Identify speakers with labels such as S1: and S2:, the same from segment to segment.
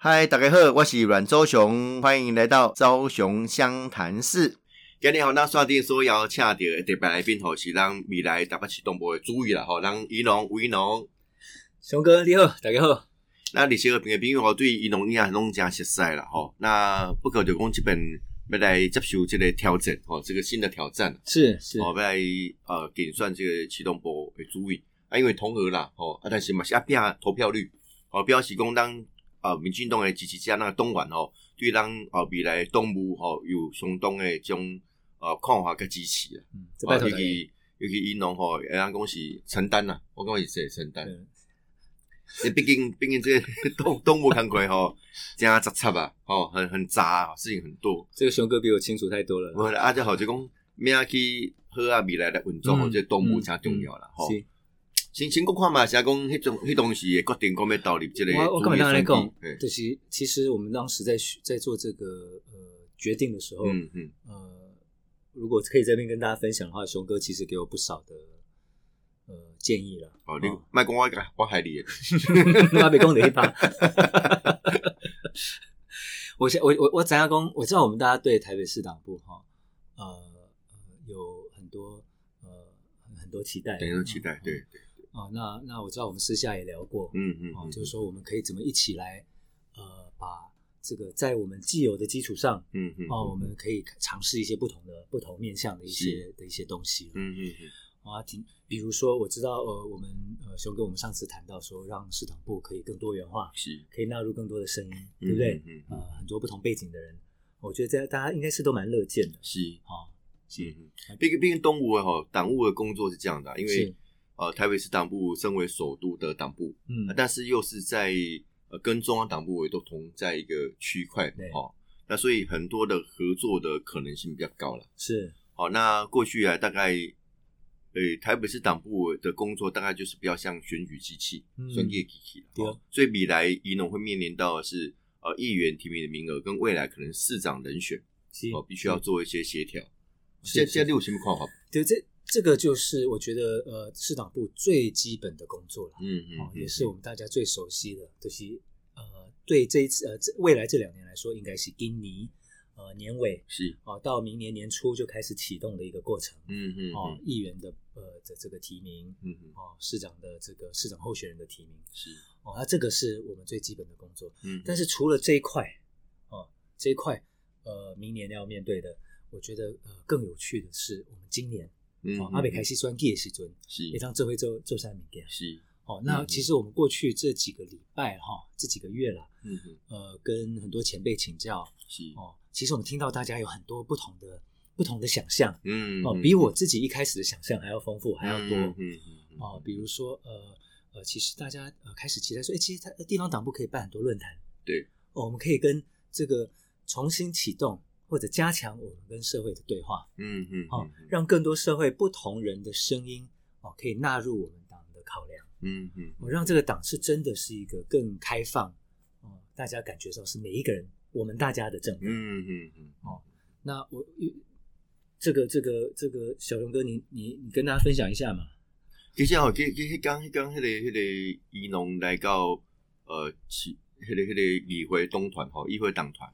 S1: 嗨，大家好，我是阮周雄，欢迎来到周雄湘潭市。今日吼，咱选定所邀请到的特别来宾吼，是咱未来台北市东部的主语啦吼，咱伊农、吴伊农，
S2: 熊哥你好，大家好。
S1: 那李协和平的朋友吼，对伊农伊啊拢真熟悉啦吼。那不可就讲这本要来接受这个调整吼，这个新的挑战
S2: 是是
S1: 哦吼，要来呃计算这个启动部的主语啊，因为同额啦吼，啊但是嘛是啊拼投票率吼，表示讲咱呃民进党的支持者那个党员吼，对咱呃未来党务吼有相当的这种呃看法跟支持啦。哦
S2: 嗯，这拜托
S1: 尤
S2: 大家。
S1: 其尤其伊农吼，会当讲是承担啦，我讲是承担。
S2: 嗯
S1: 你毕竟毕竟这个 动动物工课吼，真杂杂啊，吼很很杂，啊事情很多。
S2: 这个熊哥比我清楚太多了。
S1: 我啊，就好就讲，明仔去好啊，未来的运作吼，
S2: 嗯
S1: 这动物真重要啦，吼。
S2: 是，
S1: 先先讲看嘛，啊先讲迄种迄当时会决定讲要投入这个
S2: 我我
S1: 主
S2: 根本
S1: 义
S2: 当然
S1: 选举
S2: 讲
S1: 嘿，
S2: 就是其实我们当时在学在做这个呃决定的时候，
S1: 嗯嗯，
S2: 呃，如果可以在这边跟大家分享的话，熊哥其实给我不少的呃建议了。
S1: 哦，你莫讲我我害你的，
S2: 阿北公的一趴。 我先我我我怎样讲？我知道我们大家对台北市党部哈，呃呃有很多呃很很多期待，
S1: 等于期待
S2: 嗯，
S1: 对对，
S2: 哦，那那我知道我们私下也聊过，
S1: 嗯嗯
S2: 哦
S1: 嗯，，
S2: 就是说我们可以怎么一起来，呃，把这个在我们既有的基础上，
S1: 嗯嗯，
S2: 哦，我们可以尝试一些不同的不同面向的一些的一些东西，
S1: 嗯嗯嗯
S2: 啊，挺，比如说我知道，呃，我们呃熊哥，我们上次谈到说，让市场部可以更多元化，
S1: 是，
S2: 可以纳入更多的声音，对不对？
S1: 嗯嗯
S2: 呃，很多不同背景的人，我觉得这大家应该是都蛮乐见的，
S1: 是。
S2: 哦，
S1: 嗯，毕竟毕竟东吴的吼，党务的工作是这样的啊，因为
S2: 是
S1: 呃，台北市党部身为首都的党部，
S2: 嗯
S1: 啊，但是又是在呃跟中央党部也都同在一个区块
S2: 对
S1: 哦，那所以很多的合作的可能性比较高了。
S2: 是
S1: 好，那过去啊，大概呃台北市党部的工作大概就是比较像选举机器、
S2: 嗯
S1: 选举机器
S2: 对
S1: 了、哦，所以未来宜农会面临到的是呃议员提名的名额跟未来可能市长人选
S2: 嗯是
S1: 哦，必须要做一些协调。
S2: 是
S1: 现
S2: 是
S1: 现在你有什么看法？
S2: 对，这这个就是我觉得呃市场部最基本的工作了，
S1: 嗯
S2: 哦，也是我们大家最熟悉的，就是呃对这一次呃这未来这两年来说，应该是今年呃年尾
S1: 是，
S2: 哦到明年年初就开始启动的一个过程，
S1: 嗯嗯
S2: 哦
S1: 嗯
S2: 议员的呃的这个提名，
S1: 嗯嗯
S2: 哦市长的这个市长候选人的提名，
S1: 是，
S2: 哦，那这个是我们最基本的工作。
S1: 嗯
S2: 但是除了这一块，哦，这一块，呃，明年要面对的，我觉得呃更有趣的是，我们今年
S1: 嗯
S2: 哦阿北开西专业时尊，
S1: 是
S2: 也让这回做做三名给
S1: 是，
S2: 哦。那
S1: 嗯
S2: 其实我们过去这几个礼拜哈、这几个月啦，
S1: 嗯嗯
S2: 呃，跟很多前辈请教
S1: 是，
S2: 哦，其实我们听到大家有很多不同的不同的想象
S1: 嗯
S2: 哦，
S1: 嗯
S2: 比我自己一开始的想象还要丰富，还要多。
S1: 嗯嗯嗯嗯
S2: 哦，比如说呃呃，其实大家呃开始期待说，哎，其实它地方党部可以办很多论坛，
S1: 对，
S2: 哦，我们可以跟这个重新启动或者加强我们跟社会的对话，
S1: 嗯嗯
S2: 哦
S1: 嗯，嗯
S2: 让更多社会不同人的声音哦可以纳入我们党的考量，
S1: 嗯嗯
S2: 我、哦、让这个党是真的是一个更开放哦，大家感觉到是每一个人我们大家的政府。
S1: 嗯嗯嗯
S2: 那我这个这个这个小龙哥，你你你跟大家分享一下嘛？
S1: 其实吼，迄迄迄工迄工迄个迄个伊农来到呃，市迄个迄个议会东团吼，议会党团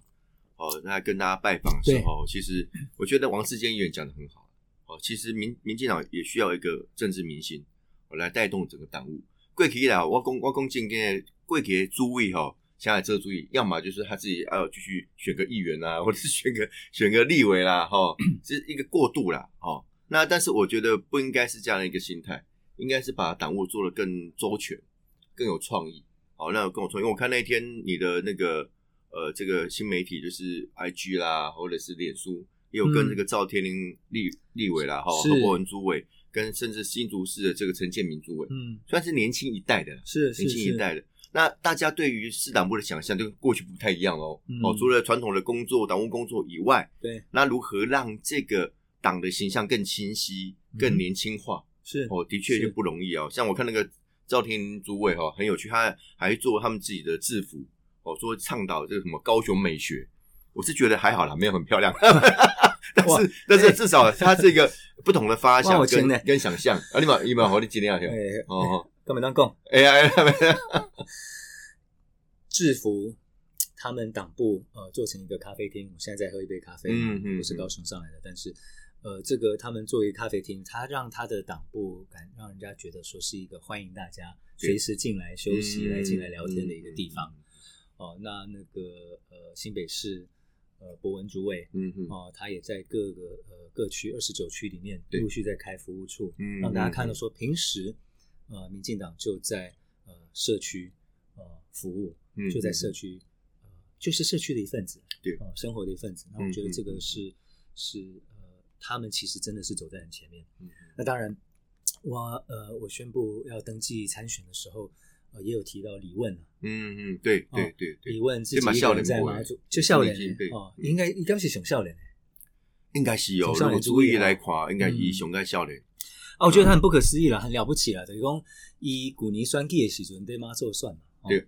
S1: 哦，那跟大家拜访的时候，其实我觉得王世坚议员讲的很好哦。其实民民进党也需要一个政治明星、哦、来带动整个党伍。过去啦，我讲我讲今天的过去的诸位吼，现在这诸位，要么就是他自己要继续选个议员啦，或者是选个选个立委啦，哈、哦，这是一个过渡啦，哦。那但是我觉得不应该是这样的一个心态。应该是把党务做得更周全、更有创意。好，那更有创意。因为我看那一天你的那个呃，这个新媒体就是 IG 啦，或者是脸书，也有跟
S2: 嗯
S1: 这个赵天林立立委啦，哈，
S2: 是
S1: 何国文主委，跟甚至新竹市的这个陈建明主委，
S2: 嗯，
S1: 算是年轻一代的啦，
S2: 是
S1: 年轻一代的。那大家对于市党部的想象跟过去不太一样哦。
S2: 嗯
S1: 哦，除了传统的工作、党务工作以外，
S2: 对，
S1: 那如何让这个党的形象更清晰、更
S2: 嗯
S1: 年轻化？
S2: 是
S1: 哦，的确
S2: 是
S1: 就不容易哦。像我看那个赵天林主委哈、哦，很有趣，他还做他们自己的制服哦，说倡导这个什么高雄美学，我是觉得还好啦，没有很漂亮，但
S2: 哇
S1: 是但是至少它是一个不同的发
S2: 哇
S1: 想
S2: 我亲
S1: 跟
S2: 呢
S1: 跟想象啊，你嘛你嘛，我你今天要听
S2: 哎，
S1: 哦，哦
S2: 根本当讲
S1: 哎呀哎呀，
S2: 制服他们党部呃做成一个咖啡厅，我现在在喝一杯咖啡，
S1: 嗯嗯
S2: 我是高雄上来的，但是呃，这个他们作为咖啡厅，他让他的党部感让人家觉得说是一个欢迎大家
S1: 对
S2: 随时进来休息、
S1: 嗯
S2: 来进来聊天的一个地方。
S1: 嗯
S2: 哦，那那个呃新北市呃博文主委
S1: 嗯嗯
S2: 哦，他也在各个呃各区二十九区里面
S1: 对
S2: 陆续在开服务处，
S1: 嗯
S2: 让大家看到
S1: 嗯
S2: 说平时呃民进党就在呃社区呃服务，
S1: 嗯
S2: 就在社区呃就是社区的一份子，
S1: 对
S2: 呃生活的一份子。那我觉得
S1: 嗯
S2: 这
S1: 嗯
S2: 个
S1: 嗯
S2: 是是呃他们其实真的是走在很前面。
S1: 嗯
S2: 那当然，我呃我宣布要登记参选的时候，呃也有提到李问啊。
S1: 嗯嗯，对对对对
S2: 李，问自
S1: 这嘛
S2: 己一个
S1: 少
S2: 人
S1: 年
S2: 在
S1: 辈
S2: 马祖，就笑脸
S1: 已经被
S2: 哦，
S1: 嗯
S2: 应该应该是熊笑脸
S1: 应该是有，
S2: 从少
S1: 如
S2: 年
S1: 果
S2: 主
S1: 注
S2: 义
S1: 意
S2: 啊
S1: 来看，应该以
S2: 嗯
S1: 熊盖少年，
S2: 啊，我
S1: 嗯
S2: 觉得他很不可思议了，很了不起了。等于讲，伊旧年选举的时阵对妈做算嘛，哦
S1: 对，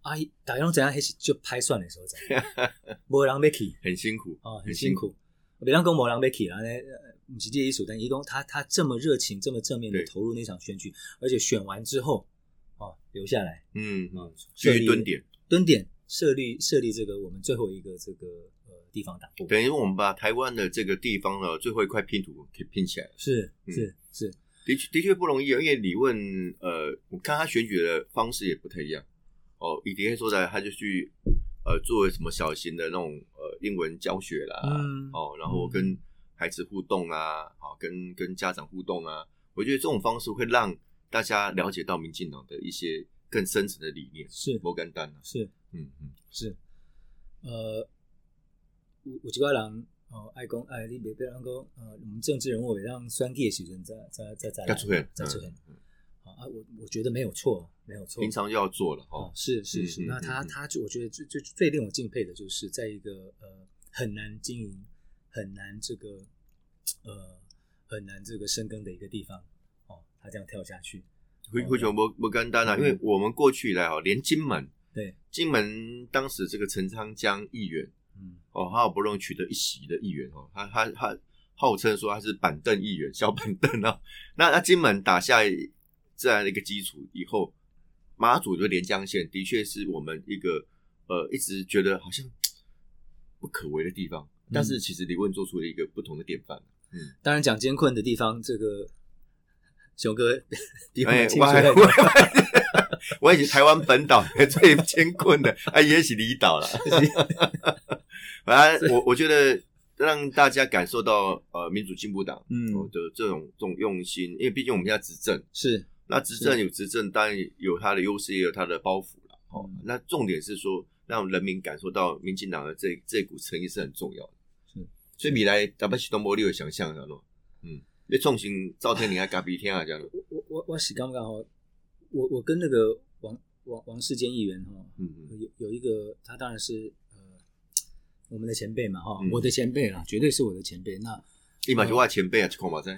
S2: 啊，伊大家拢知影迄是就拍算的所在， 无人要去，
S1: 很辛苦
S2: 哦，很辛。苦。别人讲无人要去啦，呢，呃不是这一思，但伊讲他他这么热情，这么正面的
S1: 对
S2: 投入那场选举，而且选完之后，哦，留下来，
S1: 嗯，嗯
S2: 哦，
S1: 继
S2: 设
S1: 续
S2: 立
S1: 蹲点，
S2: 蹲点设立设立这个我们最后一个这个呃地方党部，
S1: 等于我们把台湾的这个地方呢，最后一块拼图给拼起来了。
S2: 是
S1: 嗯
S2: 是是，
S1: 的确的确不容易啊，因为李问呃，我看他选举的方式也不太一样哦。以迪黑说的，他就去呃做什么小型的那种呃英文教学啦，
S2: 嗯
S1: 哦，然后跟孩子互动啊，好、跟跟家长互动啊，我觉得这种方式会让大家了解到民进党的一些更深层的理念。
S2: 是
S1: 摩根丹啊，
S2: 是。
S1: 嗯嗯，
S2: 是，呃，有有一个人哦，爱讲哎，你别别让讲，呃，我们政治人物别让选举的时阵再再再再来
S1: 要出现，
S2: 再出现
S1: 嗯，嗯
S2: 好啊，我我觉得没有错，没有错，
S1: 平常就要做了
S2: 哦
S1: 哦，，
S2: 是是
S1: 嗯
S2: 是，
S1: 嗯
S2: 那
S1: 嗯
S2: 他
S1: 嗯
S2: 他就我觉得最最最令我敬佩的就是在一个呃很难经营、很难这个呃很难这个深耕的一个地方哦，他这样跳下去，哦
S1: 会会觉得摩摩根丹啊，
S2: 嗯
S1: 因为我们过去以来哦，连金门。
S2: 对，
S1: 金门当时这个陈昌江议员
S2: 嗯，
S1: 哦，他好不容易取得一席的议员哦，他他他号称说他是板凳议员，小板凳啊。 那那金门打下这样的一个基础以后，马祖的连江县的确是我们一个呃一直觉得好像嘖不可为的地方，但
S2: 嗯
S1: 是其实李问做出了一个不同的典范。
S2: 当然讲艰困的地方，这 个熊 哥比我
S1: 哎
S2: 们清
S1: 我
S2: 楚
S1: 还
S2: 很
S1: 我
S2: 多。
S1: 还我也是台湾本岛最艰困的， 啊，也是离 岛了。 反正我我觉得让大家感受到呃民主进步党哦
S2: 嗯，
S1: 的这种这种用心，因为毕竟我们现在执政，
S2: 是
S1: 那执政有执政，当然有它的优势，也有它的包袱了。哦
S2: 嗯，
S1: 那重点是说让人民感受到民进党的这这股诚意是很重要的。
S2: 是，
S1: 所以米莱打败西东波利有想象，晓得吗？嗯，你重新赵天林还咖啡天啊，这样咯
S2: 我我我我是刚刚哦，我我跟那个王王王世坚议员哈、哦，
S1: 嗯嗯。
S2: 有有一个他当然是呃我们的前辈嘛哈、
S1: 嗯
S2: 我的前辈啦，绝对是我的前辈。那
S1: 你嘛是我的前辈啊，一看嘛知。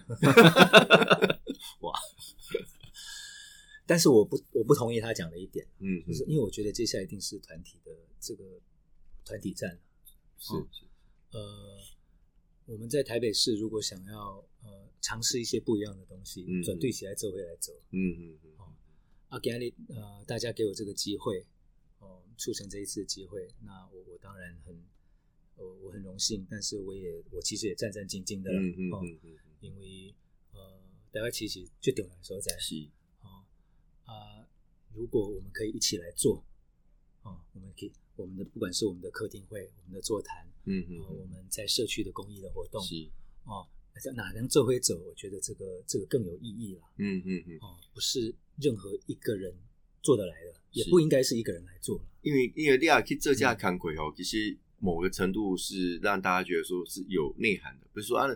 S2: 但是我不我不同意他讲的一点，
S1: 嗯，嗯
S2: 就是因为我觉得接下来一定是团体的这个团体战。
S1: 是是，
S2: 呃，我们在台北市如果想要呃尝试一些不一样的东西，
S1: 嗯
S2: 转对起来走回来走，
S1: 嗯嗯嗯
S2: 啊，给你呃，大家给我这个机会，哦、促成这一次的机会，那我我当然很，呃，我很荣幸，但是我也我其实也战战兢兢的啦，
S1: 嗯嗯
S2: 哦，
S1: 嗯嗯，
S2: 因为呃，台湾其实最重要的所在，
S1: 是，
S2: 哦啊，如果我们可以一起来做，哦，我们可以我们的不管是我们的客厅会、我们的座谈，
S1: 嗯
S2: 啊、
S1: 嗯
S2: 我
S1: 嗯，
S2: 们在社区的公益的活动，
S1: 是，
S2: 哦，哪能这回走，我觉得这个这个更有意义了。
S1: 嗯嗯嗯，
S2: 哦，不是任何一个人做得来的，也
S1: 是
S2: 不应该是一个人来做。
S1: 因为因为你也去做这工课哦，其实某个程度是让大家觉得说是有内涵的，不是说啊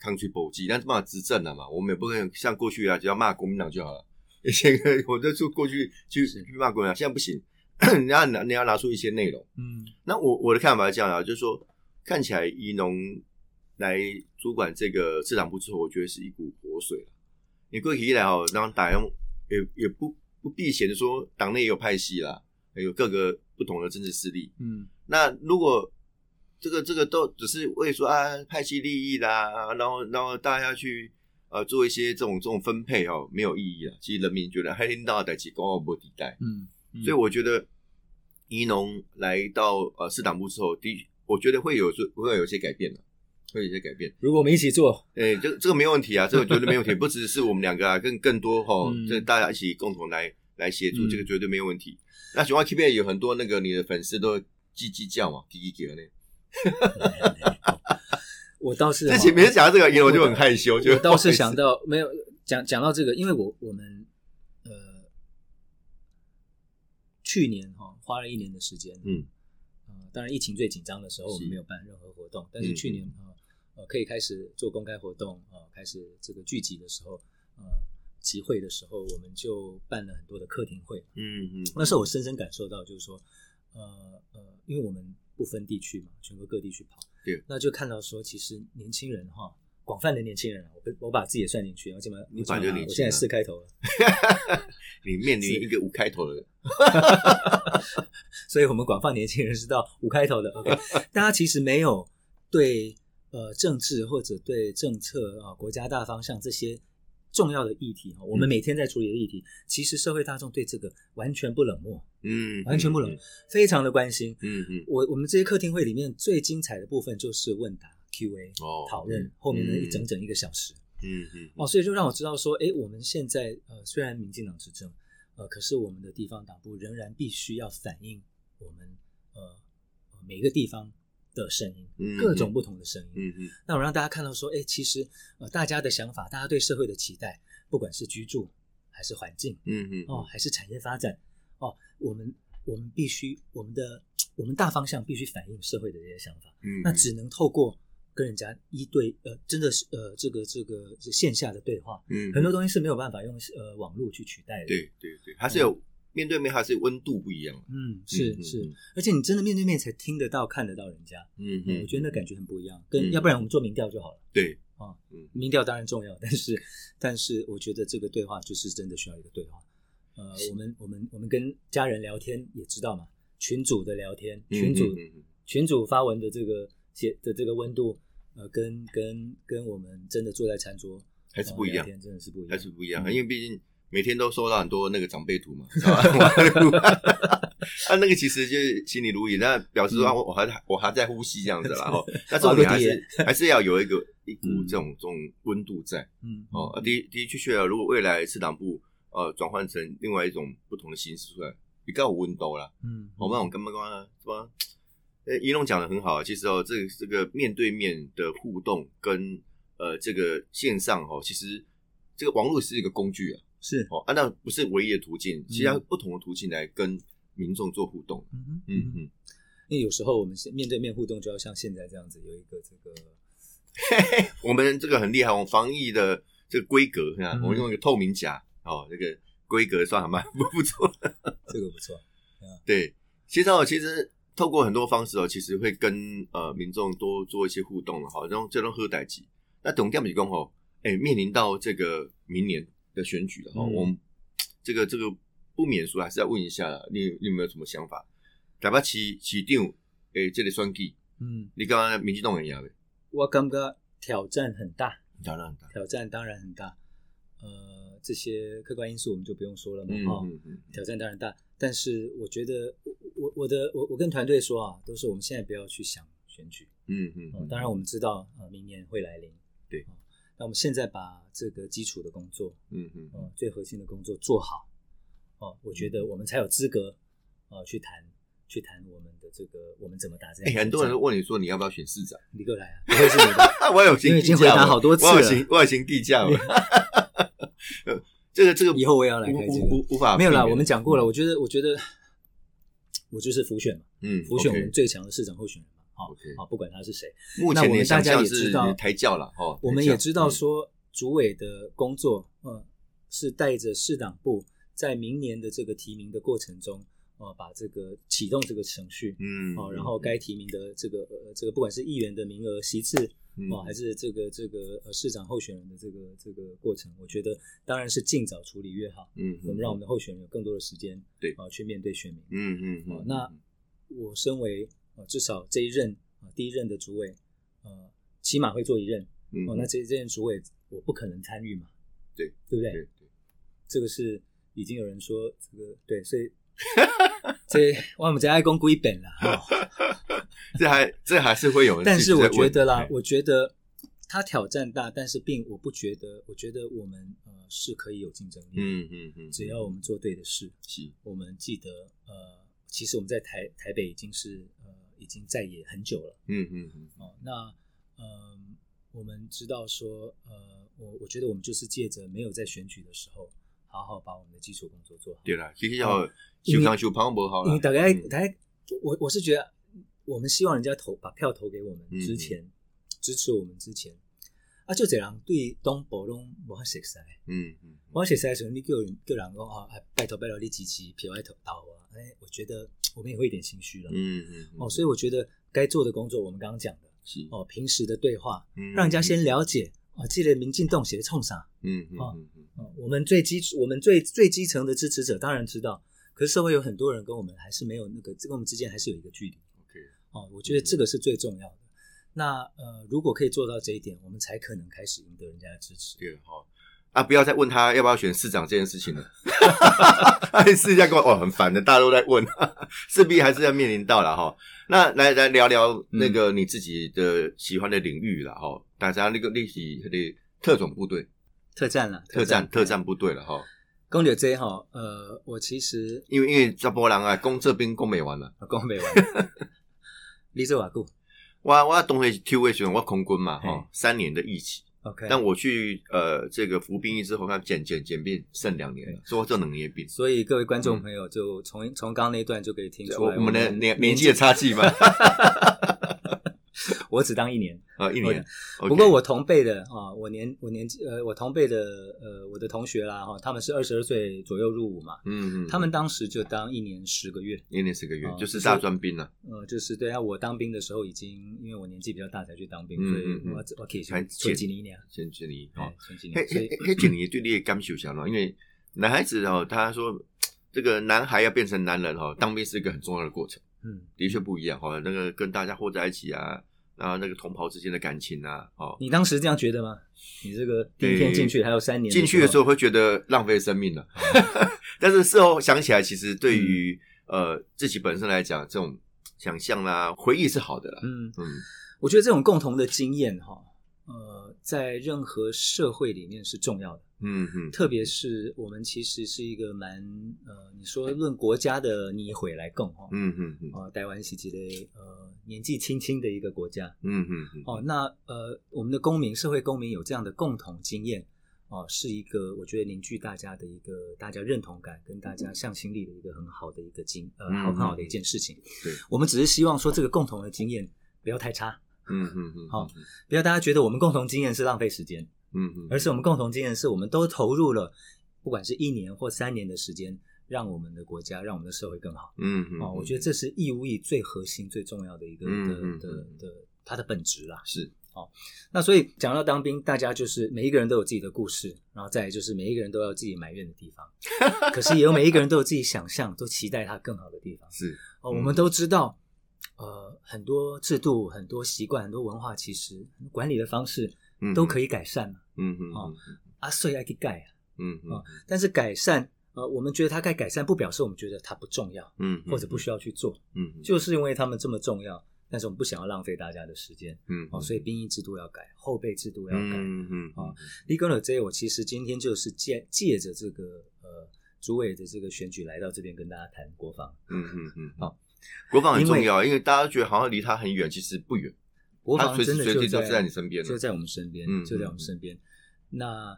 S1: ，contribute 但是嘛执政了嘛，我们也不可能像过去啊，只要骂国民党就好了。以前我就说过去去去骂国民党，现在不行，你要拿你要拿出一些内容。
S2: 嗯
S1: 那我我的看法是这样啊，就是说，看起来宜农来主管这个市场部之后，我觉得是一股活水了。你过去一来哦，然后打用也也不不避嫌地说，党内也有派系啦，有各个不同的政治势力。
S2: 嗯，
S1: 那如果这个这个都只是为说啊派系利益啦，啊然后然后大家去呃做一些这种这种分配哦，没有意义了。其实人民觉得黑天大的代际高傲不抵代，
S2: 嗯，
S1: 所以我觉得宜农来到呃市党部之后，的我觉得会有会会有些改变的，会有些改变。
S2: 如果我们一起做，
S1: 哎，这个这个没问题啊，这个绝对没 问题，不只是我们两个啊，更更多哈
S2: 嗯，
S1: 这大家一起共同来来协助，
S2: 嗯
S1: 这个绝对没有问题。那喜欢 K B 有很多那个你的粉丝都叽叽叫嘛，叽叽叫呢。
S2: 我倒是啊
S1: 这前面讲到这个，宜农就很害羞，就
S2: 我倒是想到没有讲讲到这个，因为我我们呃去年哈、花了一年的时间，
S1: 嗯
S2: 呃，当然疫情最紧张的时候
S1: 是
S2: 我们没有办任何活动，但是
S1: 嗯
S2: 去年呃呃可以开始做公开活动，呃开始这个聚集的时候，呃集会的时候，我们就办了很多的课庭会，
S1: 嗯嗯，
S2: 那时候我深深感受到，就是说，呃呃，因为我们不分地区嘛，全国各地去跑，
S1: 对，
S2: 那就看到说，其实年轻人哈，广泛的年轻人啊，我被我把自己也算进去，而且嘛，
S1: 你本来就
S2: 我
S1: 年轻啊
S2: 我现在四开头了，
S1: 你面临一个五开头的，
S2: 所以我们广泛年轻人是到五开头的。OK，大家其实没有对呃政治或者对政策啊、国家大方向这些重要的议题，哦
S1: 嗯
S2: 我们每天在处理的议题，其实社会大众对这个完全不冷漠，
S1: 嗯，
S2: 完全不冷
S1: 嗯
S2: 漠，非常的关心。
S1: 嗯嗯，
S2: 我我们这些客厅会里面最精彩的部分就是问答 Q&A
S1: 哦
S2: 讨论，后面的一整整一个小时、
S1: 嗯嗯嗯
S2: 哦，所以就让我知道说，诶，我们现在呃虽然民进党执政，呃，可是我们的地方党部仍然必须要反映我们呃每个地方的声音，
S1: 嗯
S2: 各种不同的声音。
S1: 嗯嗯，
S2: 那我让大家看到说，诶，其实呃大家的想法，大家对社会的期待，不管是居住还是环境，
S1: 嗯嗯
S2: 哦，，还是产业发展哦，我们我们必须我们的我们大方向必须反映社会的这些想法，
S1: 嗯，
S2: 那只能透过跟人家一对呃，真的是呃这个这个是线下的对话，
S1: 嗯
S2: 很多东西是没有办法用呃网络去取代的。，
S1: 对对对，还是有面对面，还是温度不一样。
S2: 嗯，是是，，而且你真的面对面才听得到看得到人家，
S1: 嗯
S2: 嗯
S1: 嗯，
S2: 我觉得那感觉啊很不一样，
S1: 嗯
S2: 跟要不然我们做民调就好了。
S1: 对，嗯
S2: 民调当然重要，但是但是我觉得这个对话就是真的需要一个对话。呃，我们我们我们跟家人聊天也知道嘛，群主的聊天，
S1: 嗯
S2: 群主、群主发文的这个写的这个温度，呃，跟跟跟我们真的坐在餐桌
S1: 还是不一样
S2: 呃聊天真的是不一样，
S1: 还是不一样，
S2: 嗯
S1: 因为毕竟每天都收到很多那个长辈图 嘛，啊， 那个其实就是心里如意，那表示说
S2: 嗯
S1: 我还我还在呼吸这样子 啦。哦，那重点还是 还是要有一个一股这种这种温度在。
S2: 嗯
S1: 哦，啊的的确确啊，如果未来市党部呃转换成另外一种不同的形式出来，比较有温度啦。
S2: 嗯，
S1: 好、哦，那我们干嘛干嘛什么？呃，一龙讲的很好，其实哦，这个这个面对面的互动跟呃这个线上哦，其实这个网络是一个工具啊，
S2: 是，
S1: 哦，啊，那不是唯一的途径，其他不同的途径来跟民众做互动。
S2: 嗯哼
S1: 嗯嗯，
S2: 因为有时候我们是面对面互动，就要像现在这样子有一个这个，
S1: 我们这个很厉害，我们防疫的这个规格啊，
S2: 嗯
S1: 我们用一个透明夹哦，这个规格算还蛮不错。
S2: 这个不错，
S1: 对，其实哦，其实透过很多方式哦，其实会跟呃民众多做一些互动了哈。然后这种喝代际，那董调米工哦，哎，面临到这个明年的选举了哈，
S2: 嗯
S1: 我们这个这个不免说还是要问一下啦，你你有没有什么想法？台北市市长诶，这个选举，
S2: 嗯，
S1: 你刚刚民进党会赢呗？
S2: 我感觉挑战很大，
S1: 当然，当
S2: 挑战当然很大，呃，这些客观因素我们就不用说了嘛，
S1: 然，
S2: 哦，
S1: 嗯嗯
S2: 挑战当然大，但是我觉得我我我的我我跟团队说啊，都是我们现在不要去想选举，
S1: 嗯嗯
S2: 嗯
S1: 嗯，
S2: 当然我们知道呃明年会来临，
S1: 对
S2: 哦那我们现在把这个基础的工作，
S1: 嗯嗯
S2: 呃，最核心的工作做好，哦，我觉得我们才有资格呃去谈去谈我们的这个我们怎么打这
S1: 哎，
S2: 样、
S1: 很多人都问你说你要不要选市长，
S2: 你过来啊，不会是你的，
S1: 我有行
S2: 因为已经回答好多次了
S1: 我有行我有行地价 了。呃这个这个
S2: 以后我也要来开这
S1: 无
S2: 个。
S1: 无无无法
S2: 没有啦，
S1: 啊避免
S2: 我们讲过了。我觉得，我觉得我就是浮选嘛，
S1: 嗯，
S2: 浮选我
S1: OK
S2: 们最强的市长候选人嘛。好、
S1: OK
S2: 好、不管他是谁，
S1: 目
S2: 那
S1: 前
S2: 我
S1: 你
S2: 们
S1: 的
S2: 大
S1: 想
S2: 家
S1: 象
S2: 也知
S1: 是
S2: 道
S1: 抬轿了哦，
S2: 我们
S1: 抬轿
S2: 也知道
S1: 嗯
S2: 说主委的工作，嗯，是带着市党部在明年的这个提名的过程中，呃，把这个启动这个程序，
S1: 嗯，
S2: 哦，然后该提名的这个呃这个不管是议员的名额、席次，
S1: 嗯
S2: 哦，还是这个这个呃市长候选人的这个这个过程，我觉得当然是尽早处理越好，
S1: 嗯，
S2: 我们让我
S1: 们
S2: 们的候选人有更多的时间，
S1: 对
S2: 啊，去面对选民。
S1: 嗯嗯
S2: 哦
S1: 嗯，
S2: 那我身为呃至少这一任呃第一任的主委，呃，起码会做一任
S1: 嗯
S2: 哦。那这这任主委我不可能参与嘛，
S1: 对
S2: 对不对？
S1: 对对
S2: 这个是已经有人说这个对，所以这我们只爱讲归本啦。哦
S1: 这还这还是会有人
S2: 但
S1: 自己
S2: 是
S1: 在
S2: 我
S1: 问，
S2: 觉得啦
S1: 哎，
S2: 我觉得他挑战大，但是并我不觉得，我觉得我们呃是可以有竞争力。，
S1: 嗯嗯嗯，
S2: 只要我们做对的事，
S1: 是
S2: 我们记得呃，其实我们在台台北已经是呃已经在野很久了
S1: 嗯嗯嗯
S2: 哦。那呃，我们知道说呃，我我觉得我们就是借着没有在选举的时候，好好把我们的基础工作做好。
S1: 对啦，其实要
S2: 哦因
S1: 修
S2: 为
S1: 康修胖不好
S2: 因
S1: 啦
S2: 为，大概
S1: 嗯
S2: 大概，我我是觉得，我们希望人家投把票投给我们
S1: 嗯
S2: 之前，支持我们之前，啊，就这人对东博拢无法熟悉，
S1: 嗯嗯，
S2: 无法熟悉的时候，你叫人叫人讲啊，拜托拜托你支持票来投投啊，哎，我觉得我们也会有点心虚了，
S1: 嗯嗯
S2: 哦，所以我觉得该做的工作，我们刚刚讲的，
S1: 以
S2: 哦，平时的对话，
S1: 嗯
S2: 让人家先了解。啊，这个民进动写的冲啥？
S1: 嗯嗯
S2: 哦
S1: 嗯嗯
S2: 哦，我们最基础，我们最最基层的支持者当然知道，可是社会有很多人跟我们还是没有那个，跟我们之间还是有一个距离。
S1: ，OK，
S2: 哦，我觉得这个是最重要的。那呃，如果可以做到这一点，我们才可能开始赢得人家的支持。
S1: 对了哈。啊！不要再问他要不要选市长这件事情了。 哎，试一下跟我哦，很烦的，大家都在问， 势必还是要面临到了哈。那来来聊聊那个你自己的喜欢的领域了哈。大家那个历史的特种部队、
S2: 特战啦，
S1: 特战特战。部队了哈。
S2: 公牛 J 哈，呃，我其实哦
S1: 因为因为这波人啊，攻这边攻没完了。
S2: 讲没完。你做瓦固
S1: 我我东西 Q 位选我空军嘛哈、
S2: 嘿
S1: 三年的疫情。
S2: ，OK。
S1: 但我去呃这个服兵役之后，他减减减病剩两年了，说这能年病，
S2: 所以各位观众朋友，就从从刚刚那一段就可以听出
S1: 我
S2: 来，
S1: 我们的年年纪的，差距嘛，
S2: 我只当一年。
S1: 呃一年。OK
S2: 哦不过我同辈的啊，我年我年纪呃，我同辈的呃，我的同学啦哈，他们是二十二岁左右入伍嘛，
S1: 嗯嗯，
S2: 他们当时就当一年十个月。
S1: 一年十个月
S2: 哦
S1: 就是大专兵了，
S2: 呃，就是对啊，我当兵的时候已经，因为我年纪比较大才去当兵，
S1: 嗯嗯
S2: 所以
S1: 嗯
S2: 我要我可以
S1: 还
S2: 存存几年一年，
S1: 先去你哦
S2: 哎，，存几
S1: 嘿
S2: 年，所
S1: 嘿
S2: 以
S1: 嘿嘿，几年对你的感受想了，因为男孩子哦，他说这个男孩要变成男人哦，当兵是一个很重要的过程。
S2: 嗯，
S1: 的确不一样哈、哦，那个跟大家和在一起啊，然后那个同袍之间的感情啊，哦，
S2: 你当时这样觉得吗？你这个第一天进去还有三年，
S1: 进去的时
S2: 候，
S1: 候会觉得浪费生命了、 但是事后想起来，其实
S2: 嗯
S1: 对于、呃自己本身来讲，这种想象啦、回忆是好的啦。
S2: 嗯，
S1: 嗯
S2: 我觉得这种共同的经验哈，呃，在任何社会里面是重要的，
S1: 嗯嗯
S2: 特别是我们其实是一个蛮呃，你说论国家的你回来共哈，
S1: 嗯嗯嗯
S2: 哦，台湾是一个呃年纪轻轻的一个国家，
S1: 嗯嗯嗯，
S2: 哦，那呃，我们的公民、社会公民有这样的共同经验，哦，是一个我觉得凝聚大家的一个大家认同感跟大家向心力的一个很好的一个经呃
S1: 嗯
S2: 好很好的一件事情。
S1: 对，
S2: 我们只是希望说这个共同的经验不要太差，
S1: 嗯嗯嗯，
S2: 好不要大家觉得我们共同经验是浪费时间，
S1: 嗯嗯，
S2: 而是我们共同经验是我们都投入了，不管是一年或三年的时间，让我们的国家、让我们的社会更好。
S1: 嗯嗯，
S2: 哦，我觉得这是义务役最核心、最重要的一个
S1: 嗯嗯
S2: 的的
S1: 嗯
S2: 的它的本质啦。哦
S1: 是
S2: 那所以讲到当兵，大家就是每一个人都有自己的故事，然后再来就是每一个人都有自己埋怨的地方，可是也有每一个人都有自己想象，都期待他更好的地方。
S1: 是，
S2: 哦，
S1: 嗯
S2: 我们都知道，呃，很多制度、很多习惯、很多文化，其实管理的方式都可
S1: 以，
S2: 以改善嘛。
S1: 嗯嗯
S2: 啊，所以要去改啊，
S1: 嗯嗯
S2: 但是改善，呃，我们觉得它该改善，不表示我们觉得它不重要
S1: 嗯，
S2: 或者不需要去做，
S1: 嗯，
S2: 就是因为他们这么重要，但是我们不想要浪费大家的时间。
S1: 嗯
S2: 哦，所以兵役制度要改，后备制度要改。
S1: 嗯嗯
S2: 立功的这，我其实今天就是借借着这个呃主委的这个选举来到这边跟大家谈国防。
S1: 嗯嗯嗯，，国防很重要，因为大家觉得好像离他很远，其实不远，
S2: 国
S1: 他
S2: 防
S1: 随
S2: 真
S1: 时
S2: 的
S1: 随地
S2: 就
S1: 都
S2: 在
S1: 在你身边了
S2: 就。在我们身边，
S1: 嗯
S2: 就在我们身边。那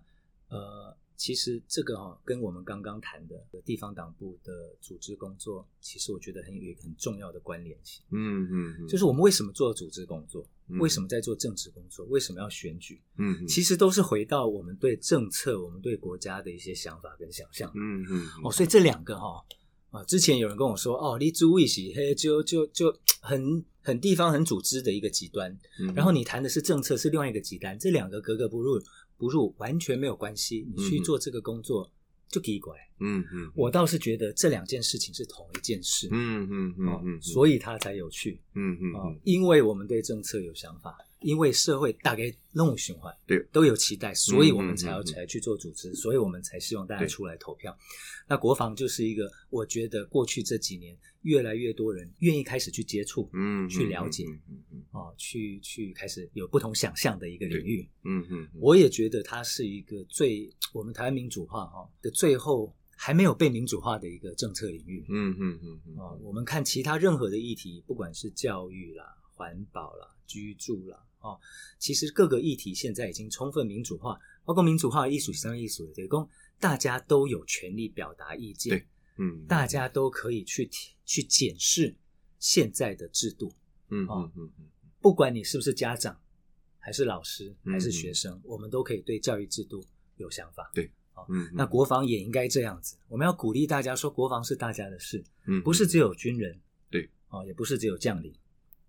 S2: 呃，其实这个哈、跟我们刚刚谈的地方党部的组织工作，其实我觉得很有一个很重要的关联性，
S1: 嗯嗯嗯，
S2: 就是是我们为什么做组织工作，
S1: 嗯
S2: 为什么在做政治工作，为什么要选举，
S1: 嗯，
S2: 其实都是回到我们对政策、我们对国家的一些想法跟想象。
S1: 嗯嗯
S2: 哦，所以这两个哈、啊，之前有人跟我说，哦，你主义是嘿，就就就很很地方很组织的一个极端，
S1: 嗯
S2: 然后你谈的是政策是另外一个极端，这两个格格不入不入，完全没有关系。你去
S1: 嗯哼
S2: 做这个工作，就奇怪。
S1: 嗯嗯，
S2: 我倒是觉得这两件事情是同一件事，
S1: 嗯嗯
S2: 哦
S1: 嗯嗯，
S2: 所以它才有趣
S1: 嗯嗯
S2: 啊、哦
S1: 嗯，
S2: 因为我们对政策有想法，因为社会大概弄循环，
S1: 对，
S2: 都有期待，所以我
S1: 嗯嗯
S2: 们才要
S1: 嗯
S2: 才去做组织，所以我们才希望大家
S1: 对
S2: 出来投票。那国防就是一个，我觉得过去这几年越来越多人愿意开始去接触，
S1: 嗯
S2: 去了解
S1: 嗯嗯嗯
S2: 哦，去去开始有不同想象的一个领域。
S1: 嗯嗯，嗯
S2: 我也觉得它是一个最我们台湾民主化哈的最后还没有被民主化的一个政策领域。
S1: 嗯嗯嗯嗯
S2: 啊、我们看其他任何的议题，不管是教育啦、环保啦、居住啦，哦，其实各个议题现在已经充分民主化，包括民主化的艺术、商业艺术，提供大家都有权利表达意见
S1: 对，嗯，
S2: 大家都可以去提去检视现在的制度，
S1: 嗯嗯
S2: 哦
S1: 嗯嗯
S2: 不管你是不是家长，还是老师，
S1: 嗯
S2: 还是学生，我们都可以对教育制度有想法。
S1: 嗯，
S2: 那国防也应该这样子，我们要鼓励大家说，国防是大家的事，不是只
S1: 有
S2: 有军人，
S1: 嗯对，
S2: 哦，也不是只有将领，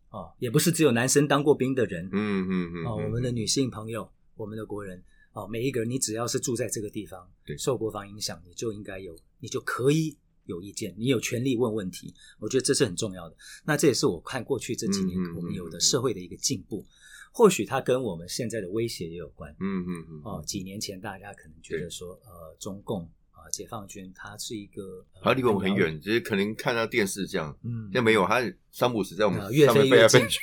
S2: 哦，也不是只有男生当过兵的人，
S1: 嗯嗯嗯
S2: 哦，我们的女性朋友，我们的国人，哦，每一个人，你只要是住在这个地方，
S1: 对
S2: 受国防影响，你就应该有，你就可以有意见，你有权利问问题，我觉得这是很重要的。那这也是我看过去这几年
S1: 嗯嗯嗯
S2: 我们有的
S1: 嗯
S2: 社会的一个进步，或许它跟我们现在的威胁也有关，
S1: 嗯嗯嗯
S2: 哦，几年前大家可能觉得说，呃，中共啊、呃解放军，它是一个，呃
S1: 好，离我们很，远，只是可能看到电视这样，
S2: 嗯
S1: 现，在没有，他山姆斯在我们
S2: 啊越
S1: 上面
S2: 飞
S1: 飞
S2: 越
S1: 来飞
S2: 近
S1: 去，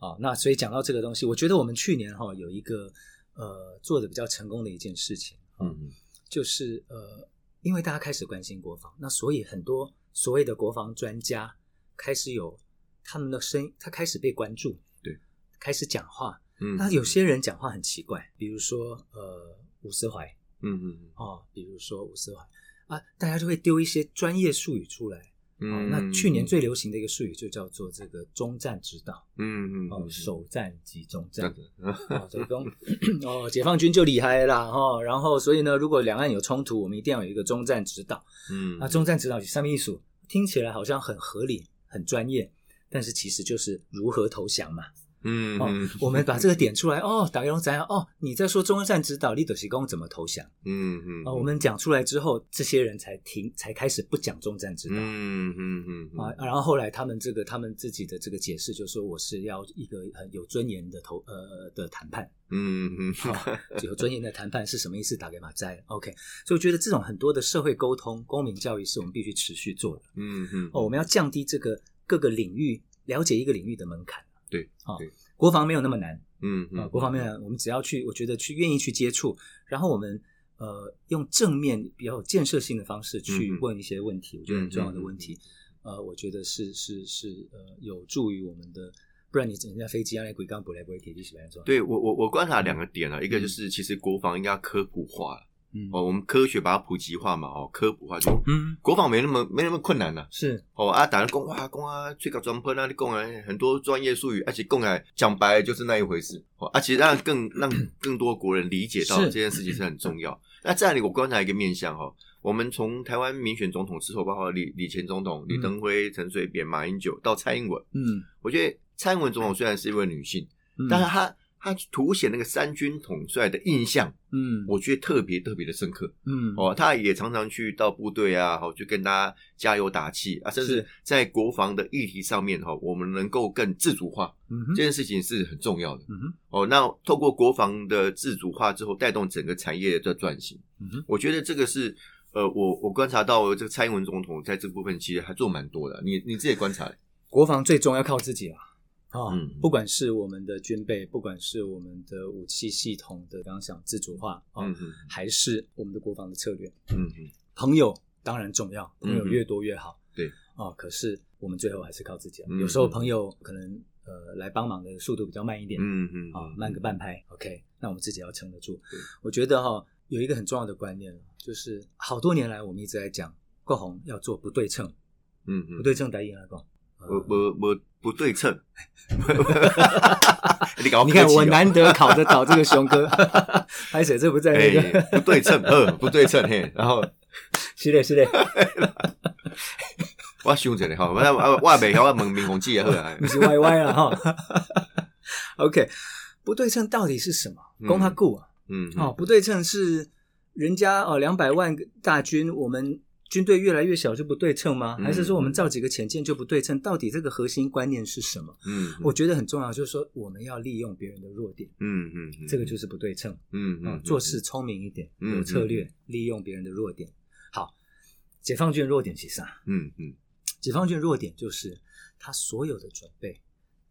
S2: 哦，那所以讲到这个东西，我觉得我们去年哈、有一个呃做的比较成功的一件事情，
S1: 嗯嗯
S2: 就是呃，因为大家开始关心国防，那所以很多所谓的国防专家开始有他们的声音，他开始被关注，
S1: 对，
S2: 开始讲话。
S1: 嗯，
S2: 那有些人讲话很奇怪，比如说呃伍思怀
S1: 嗯嗯
S2: 哦，比如说伍思怀啊，大家就会丢一些专业术语出来。哦
S1: 嗯，
S2: 那去年最流行的一个术语就叫做这个中战指导，
S1: 嗯嗯
S2: 哦，首战及中
S1: 这
S2: 战
S1: 样，子，
S2: 哦，所以说 哦，解放军就厉害啦哈、哦。然后，所以呢，如果两岸有冲突，我们一定要有一个中战指导。
S1: 嗯
S2: 那中战指导上面一数，听起来好像很合理、很专业，但是其实就是如何投降嘛。
S1: 嗯
S2: 哦，
S1: 嗯
S2: 我们把这个点出来，哦，打龙怎样？哦，你在说中战指导，立德西公怎么投降？
S1: 嗯嗯，
S2: 哦，我们讲出来之后，这些人才停，才开始不讲中战指导。
S1: 嗯嗯嗯
S2: 啊，然后后来他们这个他们自己的这个解释，就说我是要一个很有尊严的投呃的谈判，
S1: 嗯嗯
S2: 有尊严的谈判是什么意思？打给马仔，OK。所以我觉得这种很多的社会沟通、公民教育是我们必须持续做的。
S1: 嗯嗯
S2: 哦，我们要降低这个各个领域了解一个领域的门槛。
S1: 对，
S2: 啊、
S1: 对
S2: 国防没有那么难
S1: 嗯
S2: 啊、国防没有那么难，我们只要去，我觉得去愿意去接触，然后我们呃用正面比较有建设性的方式去
S1: 嗯嗯
S2: 问一些问题，我觉得很重要的
S1: 嗯嗯
S2: 问题。呃，我觉得是是是呃有助于我们的，不然你人家飞机要来鬼刚不来不会铁地是白说，
S1: 对我我我观察两个点啊，一个就是其实国防应该要科普化
S2: 嗯
S1: 哦，我们科学把它普及化嘛哦，科普化就
S2: 嗯
S1: 国防没那么没那么困难呐、
S2: 是
S1: 哦啊，打人讲哇讲啊，最高专喷啊，你讲啊，很多专业术语，而且讲来讲白了就是那一回事。哦，而且让更 让更多国人理解到
S2: 是
S1: 这件事情是很重要。那这里我观察一个面向哈、哦，我们从台湾民选总统之后，包括李李前总统、李登辉、陈水扁、马英九到蔡英文，
S2: 嗯，
S1: 我觉得蔡英文总统虽然是一位女性，
S2: 嗯
S1: 但是她她凸显那个三军统帅的印象，
S2: 嗯
S1: 我觉得特别特别的深刻。
S2: 嗯
S1: 哦，他也常常去到部队啊，好、去跟大家加油打气啊，甚至
S2: 是
S1: 在国防的议题上面哈、我们能够更自主化，
S2: 嗯
S1: 这
S2: 哼
S1: 件事情是很重要的
S2: 嗯哼
S1: 哦。那透过国防的自主化之后，带动整个产业的转型，
S2: 嗯哼
S1: 我觉得这个是呃，我我观察到这个蔡英文总统在这部分其实还做蛮多的，你你自己也观察，
S2: 国防最终要靠自己啦。啊、
S1: 嗯
S2: 不管是我们的军备，不管是我们的武器系统的刚刚讲自主化啊、
S1: 嗯
S2: 还是我们的国防的策略，
S1: 嗯嗯
S2: 朋友当然重要，
S1: 嗯
S2: 朋友越多越好。
S1: 对
S2: 啊、可是我们最后还是靠自己、啊
S1: 嗯
S2: 有时候朋友可能呃来帮忙的速度比较慢一点，
S1: 嗯嗯
S2: 啊、慢个半拍，OK，那我们自己要撑得住
S1: 对。
S2: 我觉得哈、有一个很重要的观念，就是好多年来我们一直在讲，国红要做不对称，
S1: 嗯嗯，
S2: 不对称打赢来讲。呃
S1: 我我我不对称， 你搞
S2: 你看
S1: 客气
S2: 我
S1: 哦
S2: 难得考得到这个熊哥， 拍谁这不在那
S1: 哎
S2: 个？，
S1: 不对称，呃，不对称，嘿，然后
S2: 是的，是的，
S1: 我想一下吼，我我我也未晓我问明宏记也好啊。
S2: 你是 YY 了哈。OK，不对称到底是什么？
S1: 嗯
S2: 公哈固啊，
S1: 嗯，
S2: 哦，不对称是人家哦两百万大军，我们军队越来越小就不对称吗？
S1: 嗯
S2: 还是说我们造几个潜舰就不对称？到底这个核心观念是什么？
S1: 嗯，
S2: 我觉得很重要，就是说我们要利用别人的弱点，
S1: 嗯嗯嗯，
S2: 这个就是不对称。
S1: 嗯
S2: 嗯
S1: 嗯，
S2: 做事聪明一点，
S1: 嗯
S2: 有策
S1: 嗯
S2: 略，利用别人的弱点。好，解放军的弱点其实啊，
S1: 嗯嗯
S2: 解放军的弱点就是他所有的准备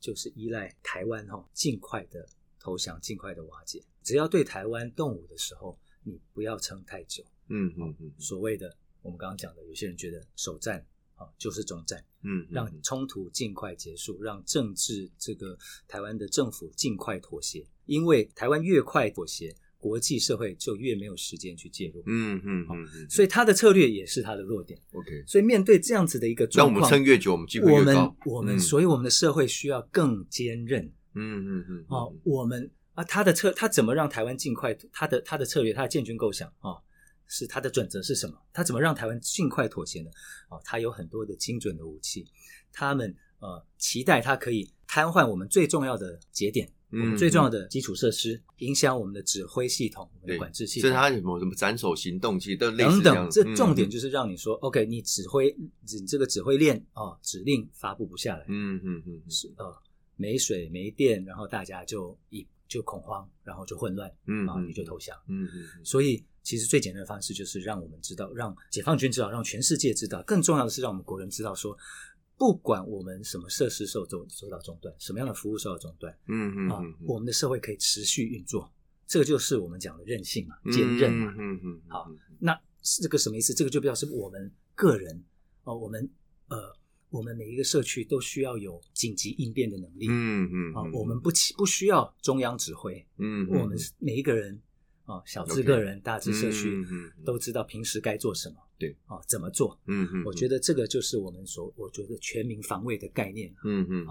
S2: 就是依赖台湾哈、哦，尽快的投降，尽快的瓦解。只要对台湾动武的时候，你不要撑太久。
S1: 嗯嗯嗯
S2: 所谓的我们刚刚讲的，有些人觉得首战啊、哦就是终战，
S1: 嗯，
S2: 让冲突尽快结束，让政治这个台湾的政府尽快妥协，因为台湾越快妥协，国际社会就越没有时间去介入。
S1: 嗯嗯嗯嗯，
S2: 所以他的策略也是他的弱点。
S1: OK，
S2: 所以面对这样子的一个
S1: 让
S2: 状
S1: 我们
S2: 况，
S1: 撑越久，我们机会
S2: 我
S1: 越
S2: 们
S1: 高。
S2: 我们所以我们的社会需要更坚韧
S1: 嗯嗯嗯，
S2: 哦。我们啊，他的策他怎么让台湾尽快他的他的策略他的建军构想啊、哦，是他的准则是什么？他怎么让台湾尽快妥协呢？哦，他有很多的精准的武器，他们呃期待他可以瘫痪我们最重要的节点，
S1: 嗯
S2: 我们最重要的基础设施，影响我们的指挥系统、我们
S1: 对
S2: 的管制系
S1: 这
S2: 统
S1: 是。他有没有什么斩首行动，其实都类似这
S2: 等等，
S1: 样。嗯
S2: 这重点就是让你说、o k 你指挥你这个指挥链哦，指令发布不下来，
S1: 嗯嗯嗯
S2: 是呃没水没电，然后大家就一就恐慌，然后就混乱，
S1: 嗯
S2: 然后你就投降。
S1: 嗯嗯
S2: 所以其实最简单的方式就是让我们知道，让解放军知道，让全世界知道，更重要的是让我们国人知道说。不管我们什么设施受受受到中断，什么样的服务受到中断
S1: 嗯
S2: 啊、
S1: 嗯，
S2: 我们的社会可以持续运作，这个就是我们讲的韧性嘛，坚韧嘛。
S1: 嗯嗯，
S2: 那这个什么意思？这个就表示我们个人哦，我们呃，我们每一个社区都需要有紧急应变的能力啊、
S1: 嗯嗯，
S2: 我们不起不需要中央指挥，
S1: 嗯，
S2: 我们每一个人啊、小至个人，大至社区、
S1: 嗯嗯
S2: 都知道平时该做什么，
S1: 对
S2: 啊、怎么做。
S1: 嗯嗯，
S2: 我觉
S1: 得
S2: 得这个就是我们所我觉得全民防卫的概念。
S1: 嗯嗯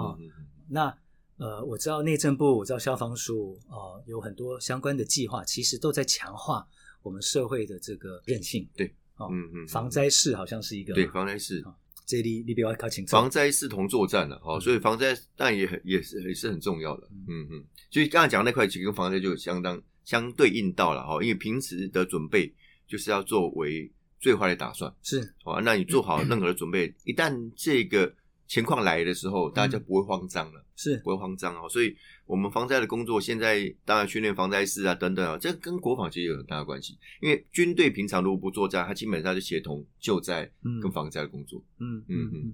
S2: 那呃，我知道内政部，我知道消防署，哦、有很多相关的计划，其实都在强化我们社会的这个韧性。
S1: 对，
S2: 哦，
S1: 嗯嗯，
S2: 防灾室好像是一个
S1: 对
S2: 嘛
S1: 防灾是
S2: 这里你比我靠清楚
S1: 防灾是同作战的哦，所以防灾但也很也是也是很重要的，嗯嗯，所以刚才讲的那块其实跟防灾就有相当相对应到了哈，因为平时的准备就是要作为最坏的打算。
S2: 是
S1: 哦，那你做好任何的准备，一旦这个情况来的时候，大家就不会慌张了，
S2: 是
S1: 不会慌张哦。所以，我们防灾的工作现在当然训练防灾士啊等等啊，这跟国防其实有很大的关系。因为军队平常如果不作战，它基本上就协同救灾
S2: 嗯
S1: 跟防灾的工作。
S2: 嗯
S1: 嗯
S2: 嗯
S1: 嗯
S2: 嗯，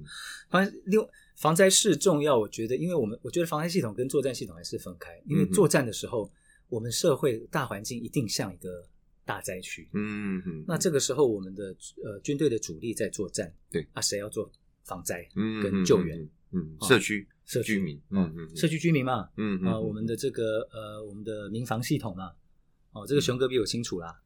S2: 防另外防灾是重要，我觉得，因为我们我觉得防灾系统跟作战系统还是分开，因为
S1: 嗯哼
S2: 作战的时候，我们社会大环境一定像一个大灾区，
S1: 嗯嗯，
S2: 那这个时候我们的呃军队的主力在作战，
S1: 对
S2: 啊，谁要做防灾？
S1: 嗯
S2: 跟救援，
S1: 嗯，
S2: 哦
S1: 社区
S2: 社
S1: 居
S2: 区啊
S1: 民，嗯嗯，
S2: 社区居民嘛，
S1: 嗯嗯
S2: 啊，我们的这个呃，我们的民防系统嘛，哦，这个
S1: 嗯
S2: 熊哥比我清楚啦。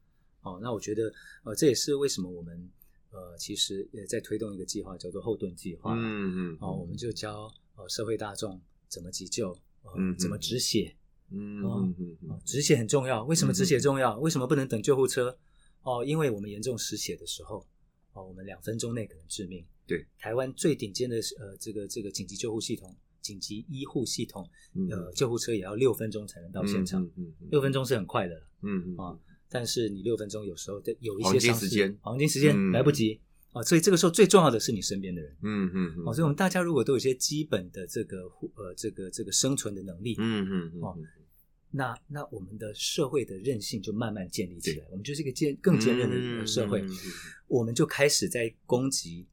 S2: 哦，那我觉得呃，这也是为什么我们呃，其实也在推动一个计划，叫做后盾计划。，
S1: 嗯嗯
S2: 哦，我们就教呃社会大众怎么急救，呃
S1: 嗯嗯
S2: 怎么止血。
S1: 嗯嗯嗯
S2: 哦
S1: 嗯，
S2: 止血很重要，为什么止
S1: 嗯
S2: 血
S1: 嗯
S2: 重要？为什么不能等救护车？哦，因为我们严重失血的时候，哦，我们两分钟内可能致命。
S1: 对，
S2: 台湾最顶尖的呃这个这个紧急救护系统、紧急医护系统，
S1: 嗯
S2: 呃，救护车也要六分钟才能到现场。，
S1: 嗯
S2: 六分钟是很快的了，
S1: 嗯
S2: 啊但是你六分钟有时候的有一
S1: 黄
S2: 些
S1: 金
S2: 伤势
S1: 时间
S2: 黄金时间
S1: 嗯
S2: 来不及啊，所以这个时候最重要的是你身边的人。
S1: 嗯嗯，
S2: 哦，所以我们大家如果都有一些基本的这个互呃这个这个生存的能力，
S1: 嗯嗯嗯
S2: 啊那那我们的社会的韧性就慢慢建立起来，我们就是一个坚更坚韧的呃社会，
S1: 嗯嗯嗯
S2: 我们就开始在攻击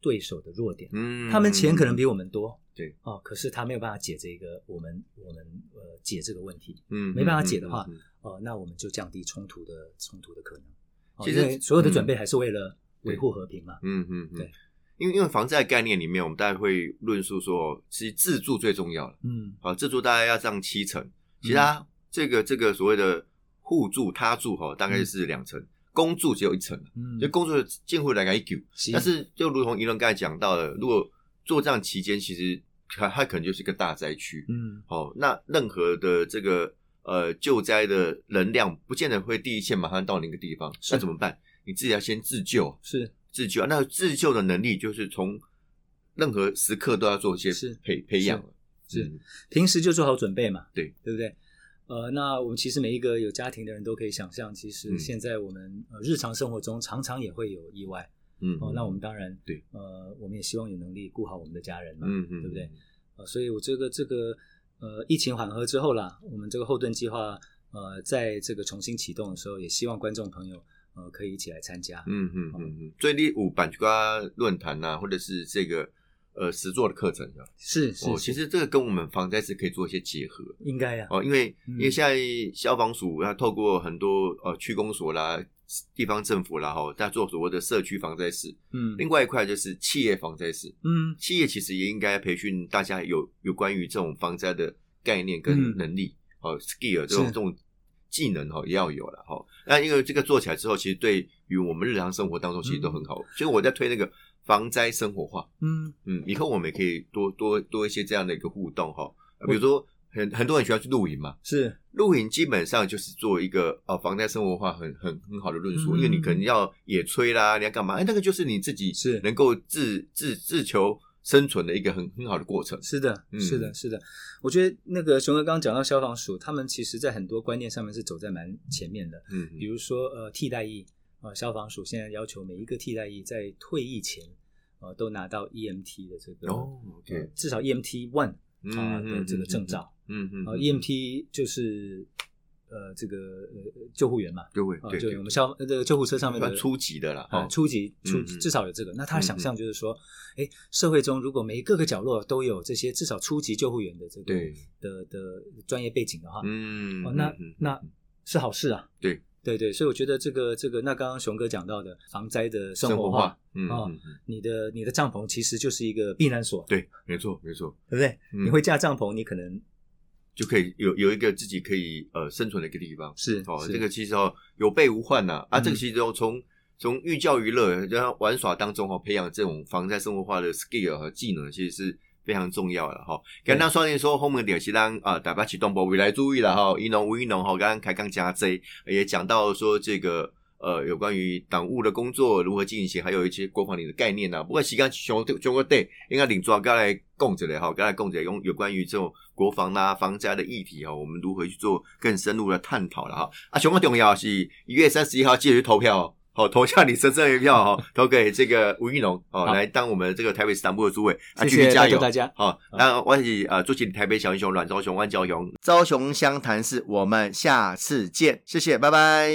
S2: 对手的弱点。
S1: 嗯，
S2: 他们钱可能比我们多，
S1: 对
S2: 哦，可是他没有办法解这个我们我们呃解这个问题，
S1: 嗯
S2: 没办法解的话
S1: 嗯嗯
S2: 哦，那我们就降低冲突的冲突的可能。哦
S1: 其实
S2: 因为所有的准备
S1: 嗯
S2: 还是为了维护和平嘛。
S1: 嗯嗯嗯，
S2: 对
S1: 因为因为防灾概念里面，我们大概会论述说，其实自助最重要了，
S2: 嗯
S1: 啊，自助大概要占七成，其他这个这个所谓的互助、他助哈，大概是两成，公助只有一成，
S2: 嗯，
S1: 所以公助近乎来讲一九，
S2: 是
S1: 但是就如同宜伦刚才讲到的，如果作战期间，其实它它可能就是一个大灾区，
S2: 嗯
S1: 哦，那任何的这个呃救灾的能量，不见得会第一线马上到那个地方，
S2: 是
S1: 那怎么办？你自己要先自救，
S2: 是
S1: 自救。那自救的能力就是从任何时刻都要做一些
S2: 是
S1: 培培养了。
S2: 是，平时就做好准备嘛，
S1: 对
S2: 对不对？呃，那我们其实每一个有家庭的人都可以想象，其
S1: 嗯
S2: 实现在我们、呃、日常生活中常常也会有意外。
S1: 嗯，
S2: 哦，那我们当然
S1: 对，
S2: 呃，我们也希望有能力顾好我们的家人嘛，
S1: 嗯嗯，
S2: 对不对？呃，所以我这个这个呃，疫情缓和之后啦，我们这个后盾计划呃，在这个重新启动的时候，也希望观众朋友呃可以一起来参加。
S1: 嗯嗯嗯嗯，所以你有板球啊论坛呐，或者是这个呃实作的课程啊，
S2: 是是
S1: 哦，，其实这个跟我们防灾是可以做一些结合
S2: 应该呀、
S1: 哦，因为
S2: 嗯
S1: 因为现在消防署它透过很多呃区公所啦、地方政府啦，哈，在做所谓的社区防灾室，
S2: 嗯
S1: 另外一块就是企业防灾室，
S2: 嗯
S1: 企业其实也应该培训大家有有关于这种防灾的概念跟
S2: 嗯
S1: 能力，哦、skill 这种
S2: 是
S1: 这种技能哦也要有了哈、哦。那因为这个做起来之后，其实对于我们日常生活当中其实都很好。所以我在推那个防灾生活化，
S2: 嗯，
S1: 嗯，以后我们也可以多多多一些这样的一个互动哈、呃比如说很很多人喜欢去露营嘛，
S2: 是
S1: 露营基本上就是做一个呃防灾生活化很很很好的论述，
S2: 嗯
S1: 因为你可能要野炊啦，你要干嘛？哎，那个就是你自己
S2: 是
S1: 能够自自自求生存的一个很很好的过程。
S2: 是的，
S1: 嗯
S2: 是的，是的。我觉得那个熊哥刚刚讲到消防署，他们其实在很多观念上面是走在蛮前面的，
S1: 嗯
S2: 比如说呃替代役，呃消防署现在要求每一个替代役在退役前，呃都拿到 EMT 的这个
S1: 哦
S2: 呃
S1: ，OK，
S2: 至少 EMT one
S1: 嗯
S2: 啊
S1: 嗯
S2: 的这个证照，
S1: 嗯嗯，
S2: 呃 EMT 就是呃这个呃救护员嘛，
S1: 就会
S2: 啊
S1: 对
S2: 就
S1: 对
S2: 我，们消呃这个救护车上面的
S1: 算初级的啦，
S2: 啊，
S1: 哦
S2: 初级初
S1: 嗯嗯
S2: 至少有这个。那他想象就是说，哎，社会中如果每各个角落都有这些至少初级救护员的这个
S1: 对，
S2: 的的专业背景的话，
S1: 嗯
S2: 哦，那
S1: 嗯嗯
S2: 那是好事啊。
S1: 对
S2: 对对，所以我觉得这个这个，那刚刚熊哥讲到的防灾的生
S1: 生
S2: 活
S1: 活
S2: 化
S1: 化，，嗯
S2: 哦
S1: 嗯嗯，
S2: 你的你的帐篷其实就是一个避难所，
S1: 对，没错没错，
S2: 对不对？
S1: 嗯
S2: 你会架帐篷，你可能
S1: 就可以有有一个自己可以呃生存的一个地方。
S2: 是
S1: 哦，
S2: 是
S1: 这个其实哦有备无患呐、啊。
S2: 嗯
S1: 这个其实哦从从寓教于乐，然后玩耍当中哦，培养这种防灾生活化的 skill 和技能，其实是非常重要的哈。刚刚双年说后面点是让啊打巴启动波未来注意了哈，一农无一农哈，刚刚开刚加 J 也讲到说这个。呃，有关于党务的工作如何进行，还有一些国防领的概念呐、啊。不过，时间熊熊个对，应该领抓刚才供着嘞哈，刚才供着用有关于这种国防啦、防灾的议题哈，我们如何去做更深入的探讨了哈。啊，熊个重要的是一月三十一号记得去投票哦，好、投下你神圣的一票 哈、哦，投给这个吴一农哦，
S2: 好
S1: 来当我们这个台北市党部的主委啊，
S2: 谢
S1: 继续
S2: 谢
S1: 加
S2: 大家
S1: 油
S2: 大家，
S1: 好，那我是呃，主持人台北小英雄阮昭雄、万昭雄，昭雄湘潭市，我们下次见，谢谢，拜拜。